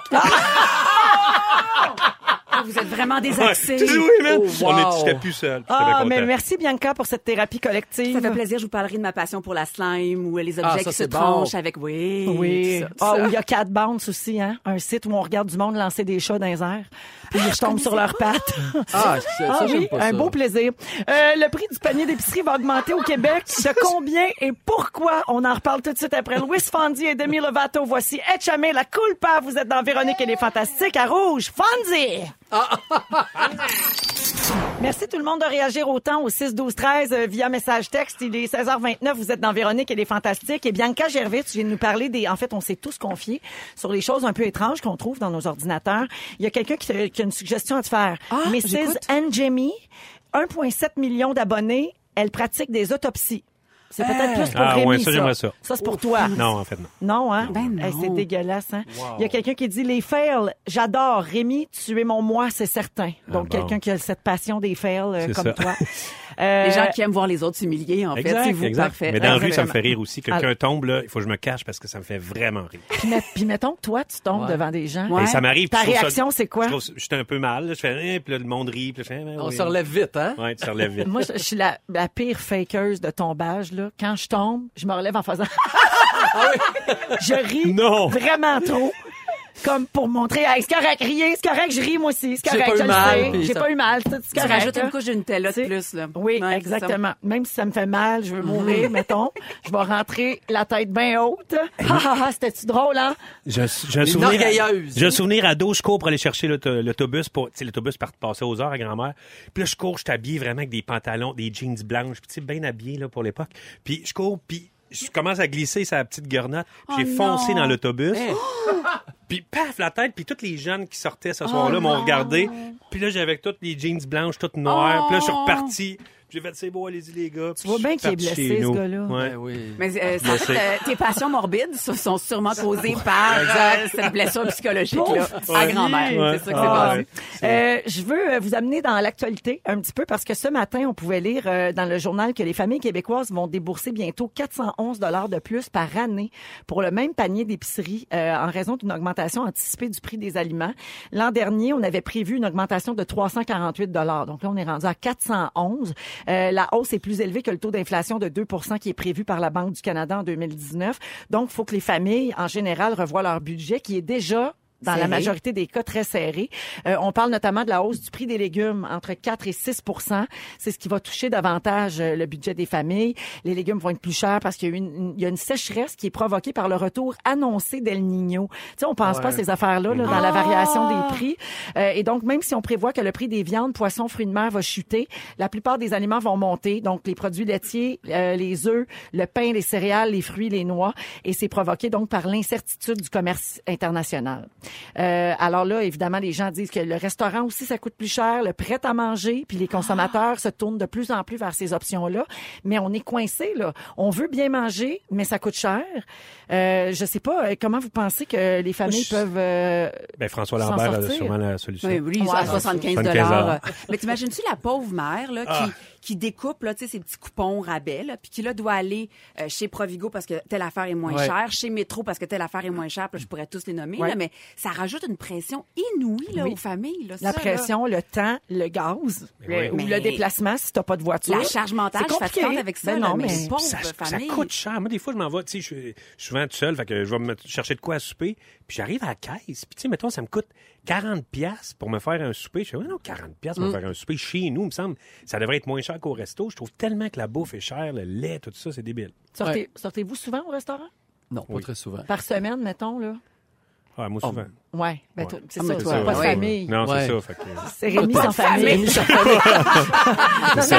Ah, vous êtes vraiment Ouais, désaxés. tu jouais, man. Oh, wow. On est- J'étais plus seul. puis j'étais bien Ah, content. mais merci Bianca pour cette thérapie collective. Ça fait plaisir, je vous parlerai de ma passion pour la slime ou les objets Ah, ça, qui se c'est bon. tranchent avec oui. Oui. tout ça, tout Ah, ça. où il y a Cat Bounce aussi, hein? Un site où on regarde du monde lancer des chats dans les airs. Puis ils retombent sur leurs pattes. Ah, ça, Ah ça, j'aime oui, pas un ça. beau plaisir. Euh, le prix du panier d'épicerie va augmenter au Québec. De combien et pourquoi? On en reparle tout de suite après. Louis Fondy et Demi Lovato. Voici Etchamé, la culpa. Vous êtes dans Véronique et les Fantastiques à Rouge. Fondy! Merci tout le monde de réagir autant au 6 12 13 euh, via message texte. Il est 16h29, vous êtes dans Véronique et les fantastiques et Bianca Gervais, tu viens de nous parler des en fait, on s'est tous confiés sur les choses un peu étranges qu'on trouve dans nos ordinateurs. Il y a quelqu'un qui, te- qui a une suggestion à te faire. Ah, Mrs. j'écoute. Anjemi, 1.7 million d'abonnés, elle pratique des autopsies. C'est peut-être plus pour Ah, Rémi, ouais, ça, j'aimerais ça. Ça c'est pour toi. Non, en fait, non. Non, hein? Ben Hey, non. c'est dégueulasse, hein? Il y a quelqu'un qui dit les fails, j'adore. Rémi, tu es mon moi, c'est certain. Donc, Ah bon. quelqu'un qui a cette passion des fails euh, C'est comme ça. toi. Euh, Les gens qui aiment voir les autres s'humilier, en fait, c'est vous. Parfait. Mais dans la rue, ça me Exactement. fait rire aussi. Quelqu'un tombe, là, il faut que je me cache parce que ça me fait vraiment rire. puis, met- puis mettons que toi, tu tombes devant des gens. Ouais. Et ça m'arrive. Ta puis je trouve ça- réaction, c'est quoi? Je trouve ça- j'étais un peu mal. là, je fais, eh, puis là, le monde rit. Puis là, je fais, eh, ben On oui. se relève vite, hein? Ouais, tu te relèves vite. Moi, je, je suis la, la pire fakeuse de tombage. Là. Quand je tombe, je me relève en faisant... je ris Ah Non. vraiment trop. Comme pour montrer, hey, c'est correct, riez, c'est correct, je ris moi aussi, c'est J'ai correct, pas eu je le mal, sais, puis j'ai ça- pas eu mal, c'est c'est Tu correct. rajoutes hein. une couche de Nutella de Tu sais, plus, là. Oui, Ouais, Mm-hmm. exactement. Même si ça me fait mal, je veux mourir, mettons, je vais rentrer la tête bien haute. Ha, ha, ha, c'était-tu drôle, hein? J'ai j'ai un Une souvenir. orgueilleuse. J'ai un souvenir à dos, je cours pour aller chercher l'auto- l'autobus. pour- Tu sais, l'autobus part- passait aux heures à grand-mère. Puis là, je cours, je t'habille vraiment avec des pantalons, des jeans blanches, puis tu sais, bien habillé là, pour l'époque. Puis je cours, puis je commence à glisser sa petite gornotte. Puis j'ai Oh foncé non. dans l'autobus. Eh! Puis paf, la tête, puis tous les jeunes qui sortaient Oh ce soir-là m'ont regardé. Puis là, j'avais toutes les jeans blanches, toutes noires. Puis là, je suis Oh. reparti. J'ai fait, c'est beau, allez-y les gars. Tu vois bien qu'il est blessé, ce gars-là. Ben oui. Mais euh, sans doute, c'est- euh, tes passions morbides se- sont sûrement causées par euh, cette blessure psychologique là, à grand-mère. Ouais. C'est ça qui s'est Ah, passé. ouais. Euh, je veux euh, vous amener dans l'actualité un petit peu parce que ce matin, on pouvait lire euh, dans le journal que les familles québécoises vont débourser bientôt 411 dollars de plus par année pour le même panier d'épicerie euh, en raison d'une augmentation anticipée du prix des aliments. L'an dernier, on avait prévu une augmentation de 348 dollars. Donc là, on est rendu à 411. Euh, la hausse est plus élevée que le taux d'inflation de 2 qui est prévu par la Banque du Canada en 2019. Donc, il faut que les familles, en général, revoient leur budget qui est déjà dans la Serré. majorité majorité des cas très serrés. Euh, on parle notamment de la hausse du prix des légumes entre 4 et 6 C'est ce qui va toucher davantage euh, le budget des familles. Les légumes vont être plus chers parce qu'il y a eu une, une- il y a une sécheresse qui est provoquée par le retour annoncé d'El Niño. Tu sais, on pense pas à ces affaires-là là, dans la variation des prix. Euh, et donc, même si on prévoit que le prix des viandes, poissons, fruits de mer va chuter, la plupart des aliments vont monter. Donc, les produits laitiers, euh, les œufs, le pain, les céréales, les fruits, les noix. Et c'est provoqué donc par l'incertitude du commerce international. Euh, alors là, évidemment, les gens disent que le restaurant aussi, ça coûte plus cher, le prêt à manger, puis les consommateurs se tournent de plus en plus vers ces options-là. Mais on est coincé là. On veut bien manger, mais ça coûte cher. Euh, je sais pas, euh, comment vous pensez que les familles Je- peuvent... euh, Ben, François S'en Lambert a sortir. Ben sûrement la solution. Oui, oui, Ouais, à c'est 75 75 Mais t'imagines-tu la pauvre mère là, qui, Ah. qui découpe là, tu sais, ses petits coupons rabais, là, puis qui là, doit aller euh, chez Provigo parce que telle affaire est moins Ouais. chère, chez Métro parce que telle affaire est moins chère, puis là, je pourrais tous les nommer, Ouais. là, mais ça rajoute une pression inouïe là, Oui. aux familles. Là, La ça, là. pression, le temps, le gaz, Mais le- oui. ou le Mais- déplacement si t'as pas de voiture. La charge mentale, C'est je suis compliqué. fatigante avec ça. Ben là, non, mais mais les pauvres ça, ça familles. coûte cher. Moi, des fois, je m'en vais, tu sais, je suis- je suis souvent tout seul, fait que je vais me chercher de quoi à souper, puis j'arrive à la caisse, puis tu sais, mettons, ça me coûte 40 pièces pour me faire un souper. Je fais, ouais, non, 40 pièces Mm. pour me faire un souper chez nous, il me semble, ça devrait être moins cher qu'au resto. Je trouve tellement que la bouffe est chère, le lait, tout ça, c'est débile. Sortez- Ouais. Sortez-vous souvent au restaurant? Non, pas très souvent. Par semaine, mettons, là? Ah, moi, souvent. Ouais. Ben, Ouais. toi- C'est Ah, ça, mais toi, ça, pas de ouais. famille. Non, Ouais. c'est ça, fait que... C'est Rémi sans famille. ça,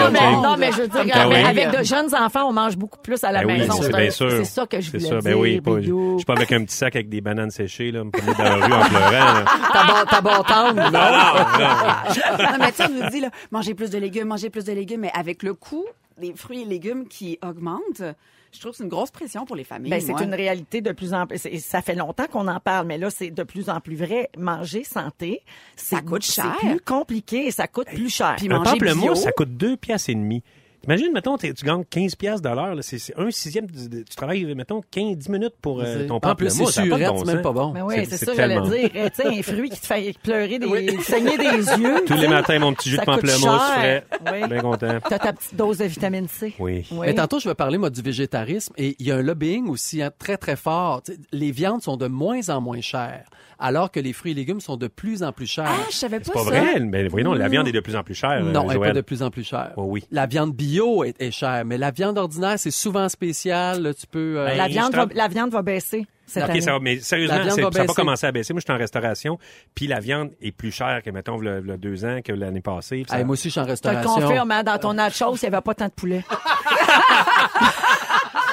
non, mais, ok. non, mais je veux dire, Ah oui. avec de jeunes enfants, on mange beaucoup plus à la Ben oui, maison. c'est un- bien sûr. C'est ça que je C'est voulais ça, dire. ben oui, pas- je Bidou. suis pas avec un petit sac avec des bananes séchées, là, me promener dans la rue en pleurant. là. T'as bon, t'as bon temps, non? non, mais tu sais, on nous dit, là, mangez plus de légumes, mangez plus de légumes, mais avec le coût des fruits et légumes qui augmente, je trouve que c'est une grosse pression pour les familles. Ben, c'est moi. une réalité de plus en plus. c'est- Ça fait longtemps qu'on en parle, mais là, c'est de plus en plus vrai. Manger santé, c'est- coûte cher. C'est plus compliqué et ça coûte plus cher. Puis Un manger bio. pamplemousse, ça coûte deux pièces et demie. Imagine, mettons, t'es- tu gagnes 15 piastres de l'heure. là, C'est c'est un sixième. du- de- Tu travailles, mettons, 15, 10 minutes pour euh, ton En plus, c'est pamplemousse, ça a pas de surette, bon c'est même sens. pas bon. Mais Ben oui, C'est- c'est c'est ça, j'allais tellement- dire. Eh, Tu sais, un fruit qui te fait pleurer, des... saigner des yeux. Tous les matins, mon petit jus Ça de coûte pamplemousse cher. frais. Oui. Bien content. T'as ta petite dose de vitamine C. Oui. Oui. Mais tantôt, je vais parler, moi, du végétarisme. Et il y a un lobbying aussi hein, très, très fort. Tu sais, les viandes sont de moins en moins chères, alors que les fruits et légumes sont de plus en plus chers. Ah, je savais pas, C'est pas ça. vrai. Mais voyons, la viande est de plus en plus chère. non, elle euh, n'est pas Joël. de plus en plus chère. Oh oui. La viande bio est, est chère, mais la viande ordinaire, c'est souvent spécial. Là, tu peux... euh, Ben, La je viande, va, trempe. la viande va baisser cette année. OK, ça va, mais La sérieusement, c'est- viande va ça n'a pas baisser. commencé à baisser. Moi, je suis en restauration, puis la viande est plus chère que, mettons, le, deux ans, que l'année passée. puis ça- hey, Ah, moi aussi, je suis en Je te le restauration. confirme, hein, dans ton nachos, il n'y avait pas tant de poulet.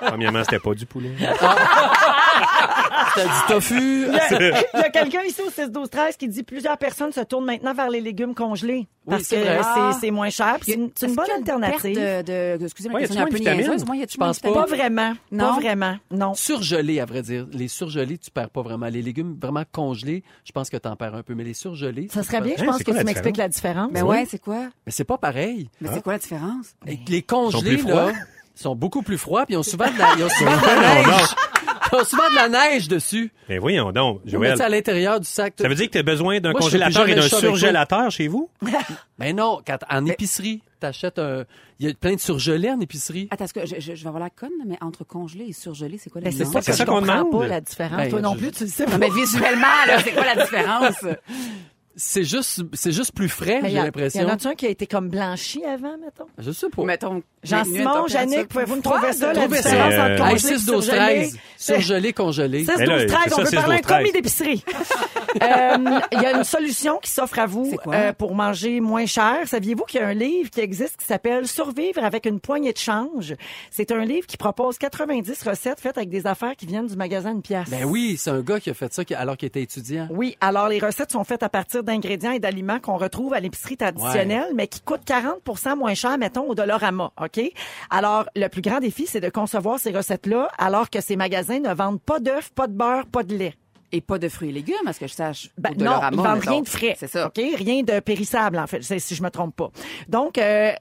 Premièrement, c'était pas du poulet. T'as Ah, Ah! du tofu. Il y a quelqu'un ici au 6 12 13 qui dit plusieurs personnes se tournent maintenant vers les légumes congelés parce c'est que vrai. c'est- c'est moins cher. puis C'est une, c'est une Est-ce bonne qu'il y a alternative. perte de, de- excusez-moi, Ouais, la y a-tu question est un moins de peu vitamines? niaiseuse. Moi, y a-tu Je moins de pense pas. vitamines? Pas vraiment. Non. Pas vraiment. Non. Surgelés, Ah, à vrai dire. Les surgelés, tu perds pas vraiment. Les légumes vraiment congelés, je pense que t'en perds un peu. Mais les surgelés... Ça serait bien, je Hein, pense, c'est que quoi tu la m'expliques la différence. Ben ouais, c'est quoi? Mais c'est pas pareil. Mais c'est quoi la différence? Et que Les congelés, Ils sont plus là, sont beaucoup plus froids, puis ils ont souvent de la, ils ont souvent de la non, neige. Ils ont souvent de la neige dessus. Mais voyons donc, Ils mettent Joël. ça à l'intérieur du sac. Ça veut dire que tu as besoin d'un Moi, je fais plus congélateur jamais et le d'un chat avec surgélateur chez vous? Mais non, quand, en épicerie, t'achètes un, il y a plein de surgelés en épicerie. Attends, est-ce que je, je- je vais avoir la conne, mais entre congelé et surgelé, c'est quoi la Ben, c'est différence? C'est ça que je ça qu'on comprends demande. pas la différence. Ben, Toi non je- plus, tu le sais. Non, mais visuellement, là, c'est quoi la différence? C'est juste, c'est juste plus frais, Mais j'ai Ben, y a- l'impression. Y en a un qui a été comme blanchi avant, mettons? Je sais pas. Mettons, Jean-Simon, Jannick, pouvez-vous me trouver ça, la Trouvez ça. différence Euh, entre Hey, Hey, congelé et 6, 12, surgelé? 13. Surgelé, congelé. 6, Mais là, 12, 13, c'est on ça, peut 6, parler à un 12, 13. commis d'épicerie. Euh, Il y a une solution qui s'offre à vous C'est quoi? euh, pour manger moins cher. Saviez-vous qu'il y a un livre qui existe qui s'appelle Survivre avec une poignée de change? C'est un livre qui propose 90 recettes faites avec des affaires qui viennent du magasin de pièce. Ben oui, c'est un gars qui a fait ça qui- alors qu'il était étudiant. Oui, alors les recettes sont faites à partir d'ingrédients et d'aliments qu'on retrouve à l'épicerie traditionnelle, mais qui coûtent 40 moins cher, mettons, au Dollarama, OK? Alors, le plus grand défi, c'est de concevoir ces recettes-là alors que ces magasins ne vendent pas d'œufs, pas de beurre, pas de lait. Et pas de fruits et légumes, à ce que je sache. Ben, Ou de non, leur ils amande, vendent mettons. rien de frais. C'est ça. OK? Rien de périssable, en fait, c'est- si je me trompe pas. Donc, euh,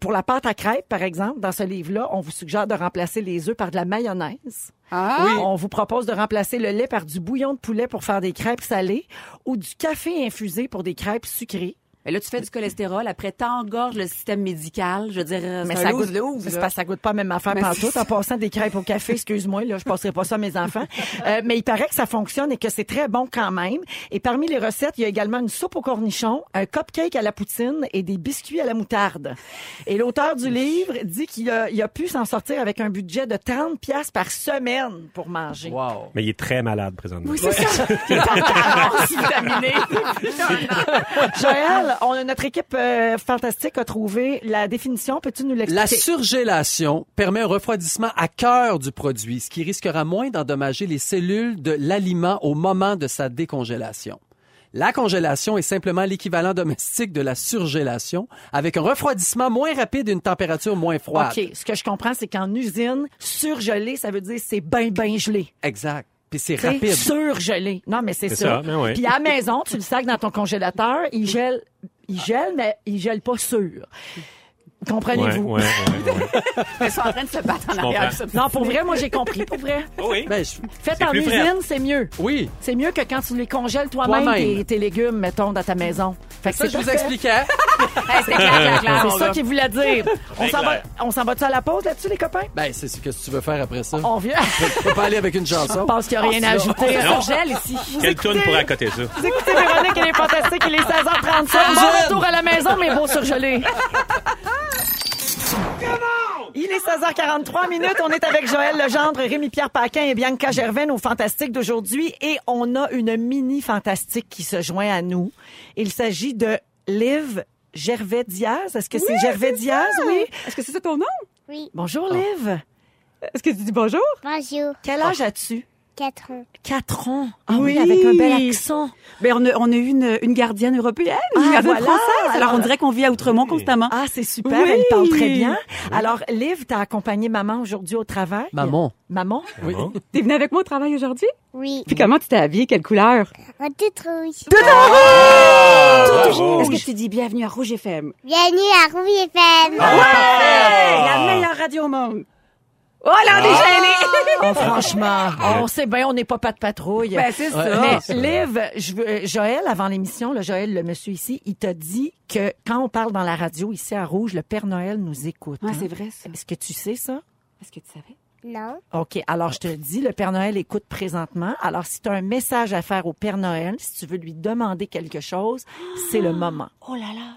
pour la pâte à crêpes, par exemple, dans ce livre-là, on vous suggère de remplacer les œufs par de la mayonnaise. Ah, On vous propose de remplacer le lait par du bouillon de poulet pour faire des crêpes salées ou du café infusé pour des crêpes sucrées. Mais là, tu fais du cholestérol, après, t'engorges le système médical. Je veux dire, euh, Mais c'est ça un goûte, lose-lose, là. c'est parce que ça goûte pas même affaire Mais pantoute. c'est- En passant des crêpes au café, excuse-moi, là, je passerai pas ça à mes enfants. Euh, mais il paraît que ça fonctionne et que c'est très bon quand même. Et parmi les recettes, il y a également une soupe aux cornichons, un cupcake à la poutine et des biscuits à la moutarde. Et l'auteur du livre dit qu'il a, il a pu s'en sortir avec un budget de 30 pièces par semaine pour manger. Wow. Mais il est très malade présentement. Joël, on a- notre équipe euh, fantastique a trouvé la définition. Peux-tu nous La l'expliquer? surgélation permet un refroidissement à cœur du produit, ce qui risquera moins d'endommager les cellules de l'aliment au moment de sa décongélation. La congélation est simplement l'équivalent domestique de la surgélation, avec un refroidissement moins rapide et une température moins froide. OK, ce que je comprends, c'est qu'en usine, surgelé, ça veut dire c'est ben, ben gelé. Exact. Puis c'est C'est rapide. Surgelé. Non, mais c'est ça. C'est ça, ben ouais. Puis à la maison, tu le sacs dans ton congélateur, il gèle, il gèle, mais il gèle pas sûr. Ouais, ouais, Comprenez-vous? ouais, ouais. Ils sont en train de se battre en comprends. arrière. du sofa. Non, pour vrai, moi j'ai compris, pour vrai. Oh oui. Ben, je- Faites C'est en plus usine, frais. c'est mieux. Oui. C'est mieux que quand tu les congèles toi-même, Toi-même. tes, tes légumes, mettons, dans ta maison. Fait que Ça, c'est je vous parfait. expliquais. Hey, c'est clair, clair, clair, C'est mon ça gars. qu'il voulait dire. On s'en va, clair. on s'en va-tu à la pause là-dessus, les copains? Ben, c'est ce que tu veux faire après ça. On vient. Tu peux pas aller avec une chanson. Je pense qu'il n'y a rien à Oh, ajouter. Non. Surgèle ici. Quelle tourne pour à côté ça? Vous écoutez Véronique, elle est fantastique. Il est 16h37. Bon retour à la maison, mes beaux surgelés. Il est 16h43 minutes. On est avec Joël Legendre, Rémi-Pierre Paquin et Bianca Gervain au Fantastique d'aujourd'hui. Et on a une mini fantastique qui se joint à nous. Il s'agit de Liv Gervais Diaz. Est-ce que c'est Gervais Diaz? Oui. Est-ce que c'est ça ton nom? Oui, Bonjour, Liv. Est-ce que tu dis bonjour? bonjour. Quel âge as-tu? Quatre ans. Quatre ans. Ah Oui. oui, avec un bel accent. Ben, on a, on a eu une, une gardienne européenne, une Ah, gardienne voilà. française. Alors, on dirait qu'on vit à Outremont constamment. Ah, c'est super, Oui. elle parle très bien. Alors, Liv, t'as accompagné maman aujourd'hui au travail. Maman. Maman? Oui. T'es venue avec moi au travail aujourd'hui? Oui. Puis comment tu t'es habillée? Quelle couleur? En tout rouge. Ah, Est-ce que tu dis bienvenue à Rouge FM? Bienvenue à Rouille FM. La meilleure radio au monde! Oh là, on est gênés! Oh, franchement, on sait bien, on n'est pas pas de patrouille. Ben, c'est ça. Mais Liv, je veux- euh, Joël, avant l'émission, le Joël, le monsieur ici, il t'a dit que quand on parle dans la radio ici à Rouge, le Père Noël nous écoute. Ouais, hein. Ah, c'est vrai, ça. Est-ce que tu sais ça? Est-ce que tu savais? Non. OK, alors je te le dis, le Père Noël écoute présentement. Alors si tu as un message à faire au Père Noël, si tu veux lui demander quelque chose, c'est le moment. Oh là là!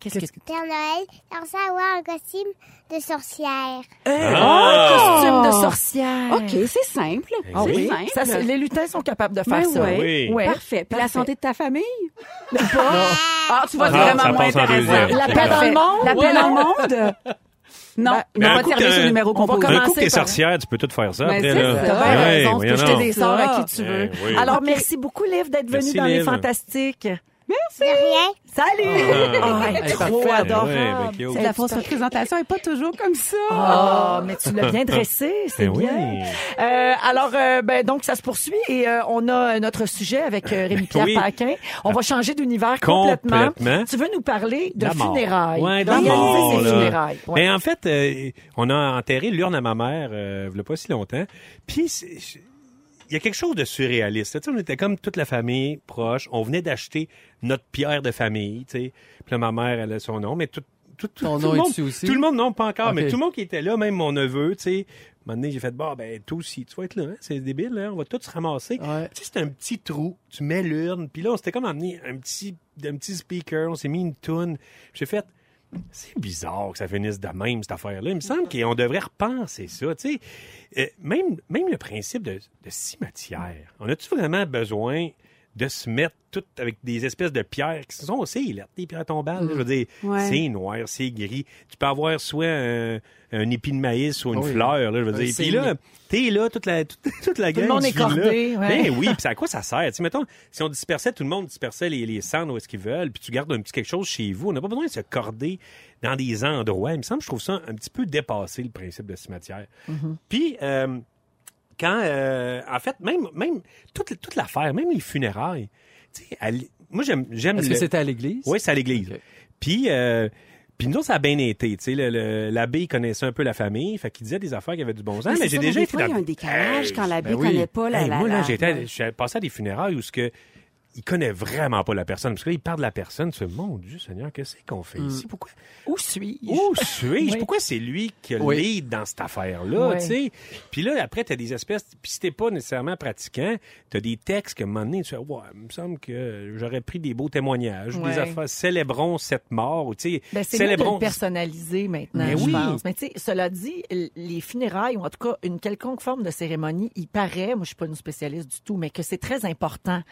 Qu'est-ce que Père Noël, lance à avoir un costume de sorcière. Ah, costume de sorcière. Ah! OK, c'est simple. Ah c'est oui. simple. Ça, c'est- les lutins sont capables de faire Ben ça. ouais. Oui. Ouais. Parfait. Puis la Parfait. santé de ta famille? Ah, tu vois, c'est Ah, vraiment ça moins passe en intéressant. deuxième. La paix dans le monde? La Ouais. paix dans le monde? Non, Ben, ils n'ont un pas coup, terminé t'as sur un- le numéro on va Un composé. coup que Commencez t'es par- sorcière, Ah, tu peux tout faire ça Ben, après. c'est là. ça. T'as bien Ouais, raison, tu peux voyons jeter donc. des sorts à qui tu Eh veux. oui. Alors, merci beaucoup, Liv, d'être venu Merci, dans les Liv. Fantastiques. De rien. Salut! Ah. Ah, elle est Eh, trop parfait. adorable. Eh ouais, ben, cute. C'est la fausse représentation n'est pas toujours comme ça. Ah, mais tu l'as bien dressé, c'est Eh oui. bien. Euh, alors, euh, ben, donc, ça se poursuit et euh, on a euh, notre sujet avec Rémi-Pierre Oui. Paquin. On va changer d'univers complètement. Complètement. Tu veux nous parler de La mort. funérailles. Ouais, de la D'organiser mort, ses là. funérailles. Ouais. Mais en fait, euh, on a enterré l'urne à ma mère, euh, il pas si longtemps. Puis, c'est- c'est- il y a quelque chose de surréaliste. Tu sais, on était comme toute la famille proche. On venait d'acheter notre pierre de famille. tu sais. Puis là, ma mère, elle a son nom, mais tout, tout, tout, Ton tout nom le est monde, dessus aussi? Tout le monde, non, pas encore, Ok. mais tout le monde qui était là, même mon neveu, tu sais. À un moment donné, j'ai fait, bah, ben, toi aussi, tu vas être là, hein? c'est débile, hein? on va tous se ramasser. Ouais. Tu sais, c'est un petit trou, tu mets l'urne, puis là, on s'était comme amené un petit, un petit speaker, on s'est mis une toune. J'ai fait, c'est bizarre que ça finisse de même, cette affaire-là. Il me semble qu'on devrait repenser ça, tu sais. Euh, même, même le principe de, de cimetière. On a-tu vraiment besoin de se mettre tout avec des espèces de pierres qui sont aussi inertes, des pierres tombales. là? je veux dire, Ouais. c'est noir, c'est gris. Tu peux avoir soit un, un épi de maïs ou une Oui. fleur, là, je veux Un dire. Puis signe. là, t'es là, toute la, toute, toute la Tout le gang monde est du village. cordé, ouais. Ben oui, puis c'est à quoi ça sert? Tu sais, mettons, si on dispersait, tout le monde dispersait les, les cendres où est-ce qu'ils veulent, puis tu gardes un petit quelque chose chez vous, on n'a pas besoin de se corder dans des endroits. Il me semble que je trouve ça un petit peu dépassé, le principe de cimetière. Puis... euh, quand, euh, en fait, même, même toute, toute l'affaire, même les funérailles, tu sais, à l- moi, j'aime, j'aime Est-ce le- que c'était à l'église? oui, c'est à l'église. Ok. Puis, euh, puis nous autres, ça a bien été. Tu sais, le- le- l'abbé il connaissait un peu la famille, fait qu'il disait des affaires qui avaient du bon sens. Mais, j'ai déjà été fois, il y a dans- un décalage Hey, quand l'abbé ben oui. connaît pas la... hey, la- moi, là, la- j'étais, je suis passé à des funérailles où ce que il connaît vraiment pas la personne. Parce que là, il parle de la personne. Tu fais, mon Dieu Seigneur, qu'est-ce qu'on fait ici? Pourquoi? Où suis-je? Où suis-je? Oui. Pourquoi c'est lui qui a le Oui. lead dans cette affaire-là? Oui. tu sais? Puis là, après, tu as des espèces. Puis si t'es pas nécessairement pratiquant, tu as des textes que, à un moment donné, tu fais Ouais, il me semble que j'aurais pris des beaux témoignages, ou Ouais. des affaires. Célébrons cette mort. ou tu sais, Ben, c'est mieux de le célébrons. personnaliser maintenant, Mais je oui. pense. Mais tu sais, cela dit, l- les funérailles, ou en tout cas une quelconque forme de cérémonie, il paraît, moi je suis pas une spécialiste du tout, mais que c'est très important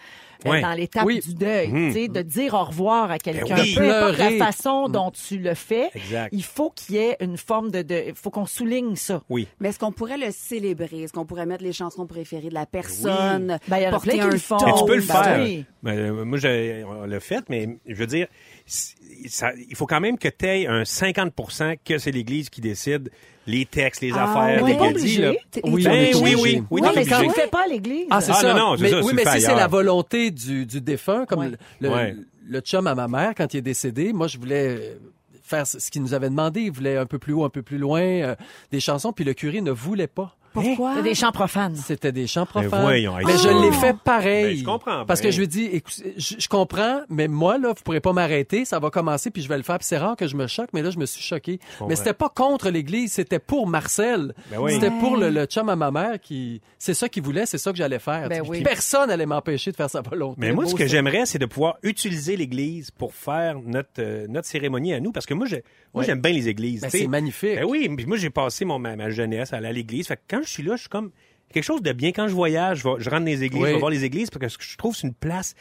euh, Ouais. dans l'étape Oui. du deuil, Mhm. tu sais, de dire au revoir à quelqu'un. Ben oui. Hmm. Peu importe la Pleurer. façon dont tu le fais, Exact. il faut qu'il y ait une forme de... de il faut qu'on souligne ça. Oui. Mais est-ce qu'on pourrait le célébrer? Est-ce qu'on pourrait mettre les chansons préférées de la personne? Ben, il y en a porter plein qui un le fond? font. Mais tu peux le Ben faire. oui. Mais, euh, moi, je- on l'a fait, mais je veux dire, c- ça- il faut quand même que tu aies un 50 que c'est l'Église qui décide les textes, les Ah, affaires, ouais. les T'es pas crédits, là. T'es- Oui, t'es Ben obligé. oui, oui, oui, non, t'es mais obligé. ça ne le fait pas à l'église. Ah, c'est Ah, ça. non, non, c'est mais, ça, oui, tu mais le fais si c'est ailleurs. la volonté du, du défunt, comme Ouais. le, Ouais. le chum à ma mère, quand il est décédé, moi, je voulais faire ce qu'il nous avait demandé. Il voulait un peu plus haut, un peu plus loin, euh, des chansons, puis le curé ne voulait pas. Pourquoi? C'est des chants profanes. C'était des chants Mais profanes. voyons, Mais hey, je ça. l'ai fait pareil. Ben, je comprends Parce bien. que je lui ai dit, écoutez, je, je comprends, mais moi, là, vous pourrez pas m'arrêter, ça va commencer, puis je vais le faire. Puis c'est rare que je me choque, mais là, je me suis choqué. comprends. Mais c'était pas contre l'Église, c'était pour Marcel. Ben oui. C'était pour le, le chum à ma mère qui... C'est ça qu'il voulait, c'est ça que j'allais faire. Ben Puis oui. Personne allait m'empêcher de faire sa volonté. Mais moi, Beau, ce que ça. j'aimerais, c'est de pouvoir utiliser l'Église pour faire notre, euh, notre cérémonie à nous. Parce que moi, je- moi, Ouais. j'aime bien les églises. Ben, tu sais. c'est magnifique. Ben oui, puis moi, j'ai passé mon, ma, ma jeunesse à aller à l'église. Fait que quand je suis là, je suis comme quelque chose de bien. Quand je voyage, je, vais- je rentre dans les églises, Oui. je vais voir les églises, parce que ce que je trouve, c'est une place.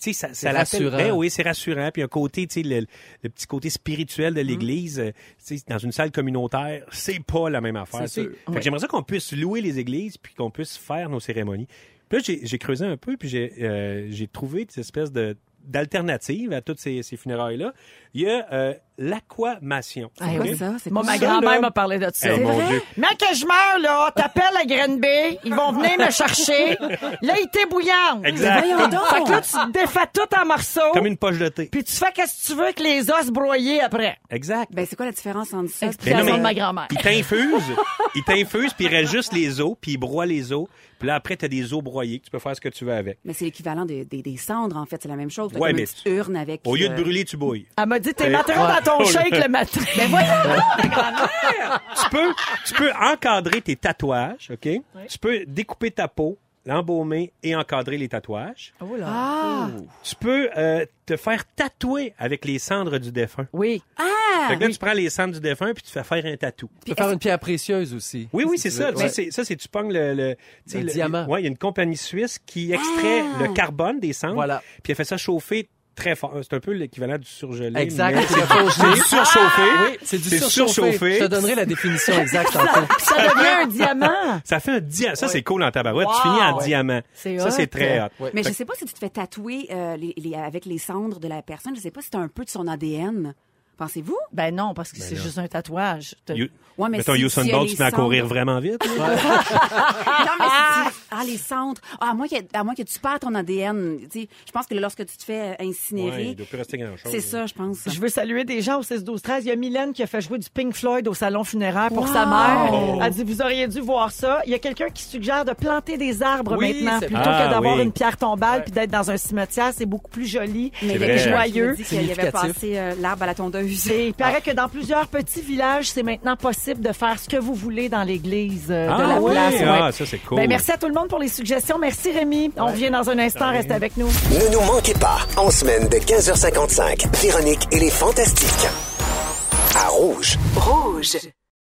tu sais, ça, C'est ça l'appelle- rassurant. Ben oui, c'est rassurant. Puis un côté, tu sais, le, le petit côté spirituel de Mm. l'Église, euh, tu sais, dans une salle communautaire, c'est pas la même affaire. C'est tu sais. sûr. Fait que J'aimerais ça qu'on puisse louer les églises puis qu'on puisse faire nos cérémonies. Puis là, j'ai- j'ai creusé un peu puis j'ai euh, j'ai trouvé des espèces de d'alternatives à toutes ces, ces funérailles-là. Il y a euh, l'aquamation. C'est OK? quoi Ah, ça? C'est Moi, quoi ma ça? grand-mère m'a parlé de ça. Eh, mon Dieu. Mais que je meurs, là, t'appelles à Grenby, ils vont venir me chercher. Là, il était bouillant. Exact. Voyons Comme- donc! Fait que là, tu te défais tout en morceaux. Comme une poche de thé. Puis tu fais qu'est-ce que tu veux avec les os broyés après. Exact. Ben, c'est quoi la différence entre Ben ça? non, Explication mais- de ma grand-mère. Il t'infuse, il t'infuse, puis il reste juste les os, puis il broie les os. Puis là, après, t'as des os broyés que tu peux faire ce que tu veux avec. Mais Ben, c'est l'équivalent des, des, des cendres, en fait. C'est la même chose. T'as Ouais, comme mais une petite urne avec... Au lieu de euh, brûler, tu bouilles. Elle m'a dit, t'es Eh, maintenant ouais. dans ton Oh, là. shake le matin. Mais Tu peux, tu peux encadrer tes tatouages, OK? Tu peux découper ta peau, l'embaumer et encadrer les tatouages. Oh Ah! Tu peux euh, te faire tatouer avec les cendres du défunt. Ah, Oui. fait que là, tu prends les cendres du défunt puis tu fais faire un tatou. Tu peux faire une pierre précieuse aussi. Oui, oui, c'est Si tu ça. veux. Tu sais, Ouais. c'est- Ça, c'est tu pognes le, le, tu sais, Le le- diamant. Ouais, il y a une compagnie suisse qui extrait Ah! le carbone des cendres. Voilà. Puis elle fait ça chauffer très fort. C'est un peu l'équivalent du surgelé. Exact. mais C'est surchauffé. C'est surchauffé. Oui, c'est du C'est surchauffé. surchauffé. Je te donnerai la définition exacte en Ça devient un diamant. Ça fait un diamant. Ça, c'est cool en tabarouette. Tu finis en Ouais. diamant. C'est Ça, hot. c'est très hot. Ouais. Mais Fait je sais pas si tu te fais tatouer euh, les, les- avec les cendres de la personne. Je sais pas si t'as un peu de son ADN. Pensez-vous? Ben non, parce que c'est juste un tatouage. T'as- You- Ouais, mais Mettons, si- Usain si Bolt, elle tu te mets à semble- courir vraiment vite. là. Non, mais si tu- Ah, les cendres. Ah, à, moins que, à moins que tu perds ton ADN. Tu sais, je pense que lorsque tu te fais euh, Ouais, incinérer, il doit plus rester grand-chose. c'est ça, je pense. Je veux saluer des gens au 6 12 13. Il y a Mylène qui a fait jouer du Pink Floyd au salon funéraire pour Wow! sa mère. Elle dit vous auriez dû voir ça. Il y a quelqu'un qui suggère de planter des arbres Oui, maintenant c'est plutôt vrai. que d'avoir Ah, oui. une pierre tombale puis d'être dans un cimetière, c'est beaucoup plus joli. Mais il y a vrai. hein. quelqu'un qui Joyeux. me dit qu'il avait Significatif. passé euh, l'arbre à la tondeuse. Et il Ah. paraît que dans plusieurs petits villages, c'est maintenant possible de faire ce que vous voulez dans l'église euh, de Ah la oui? place. Ah, ça, c'est cool. Ben, merci à tout le monde pour les suggestions. Merci Rémi. On revient dans un instant. Reste avec nous. Ne nous manquez pas, en semaine de 15h55, Véronique et les Fantastiques. À Rouge. Rouge.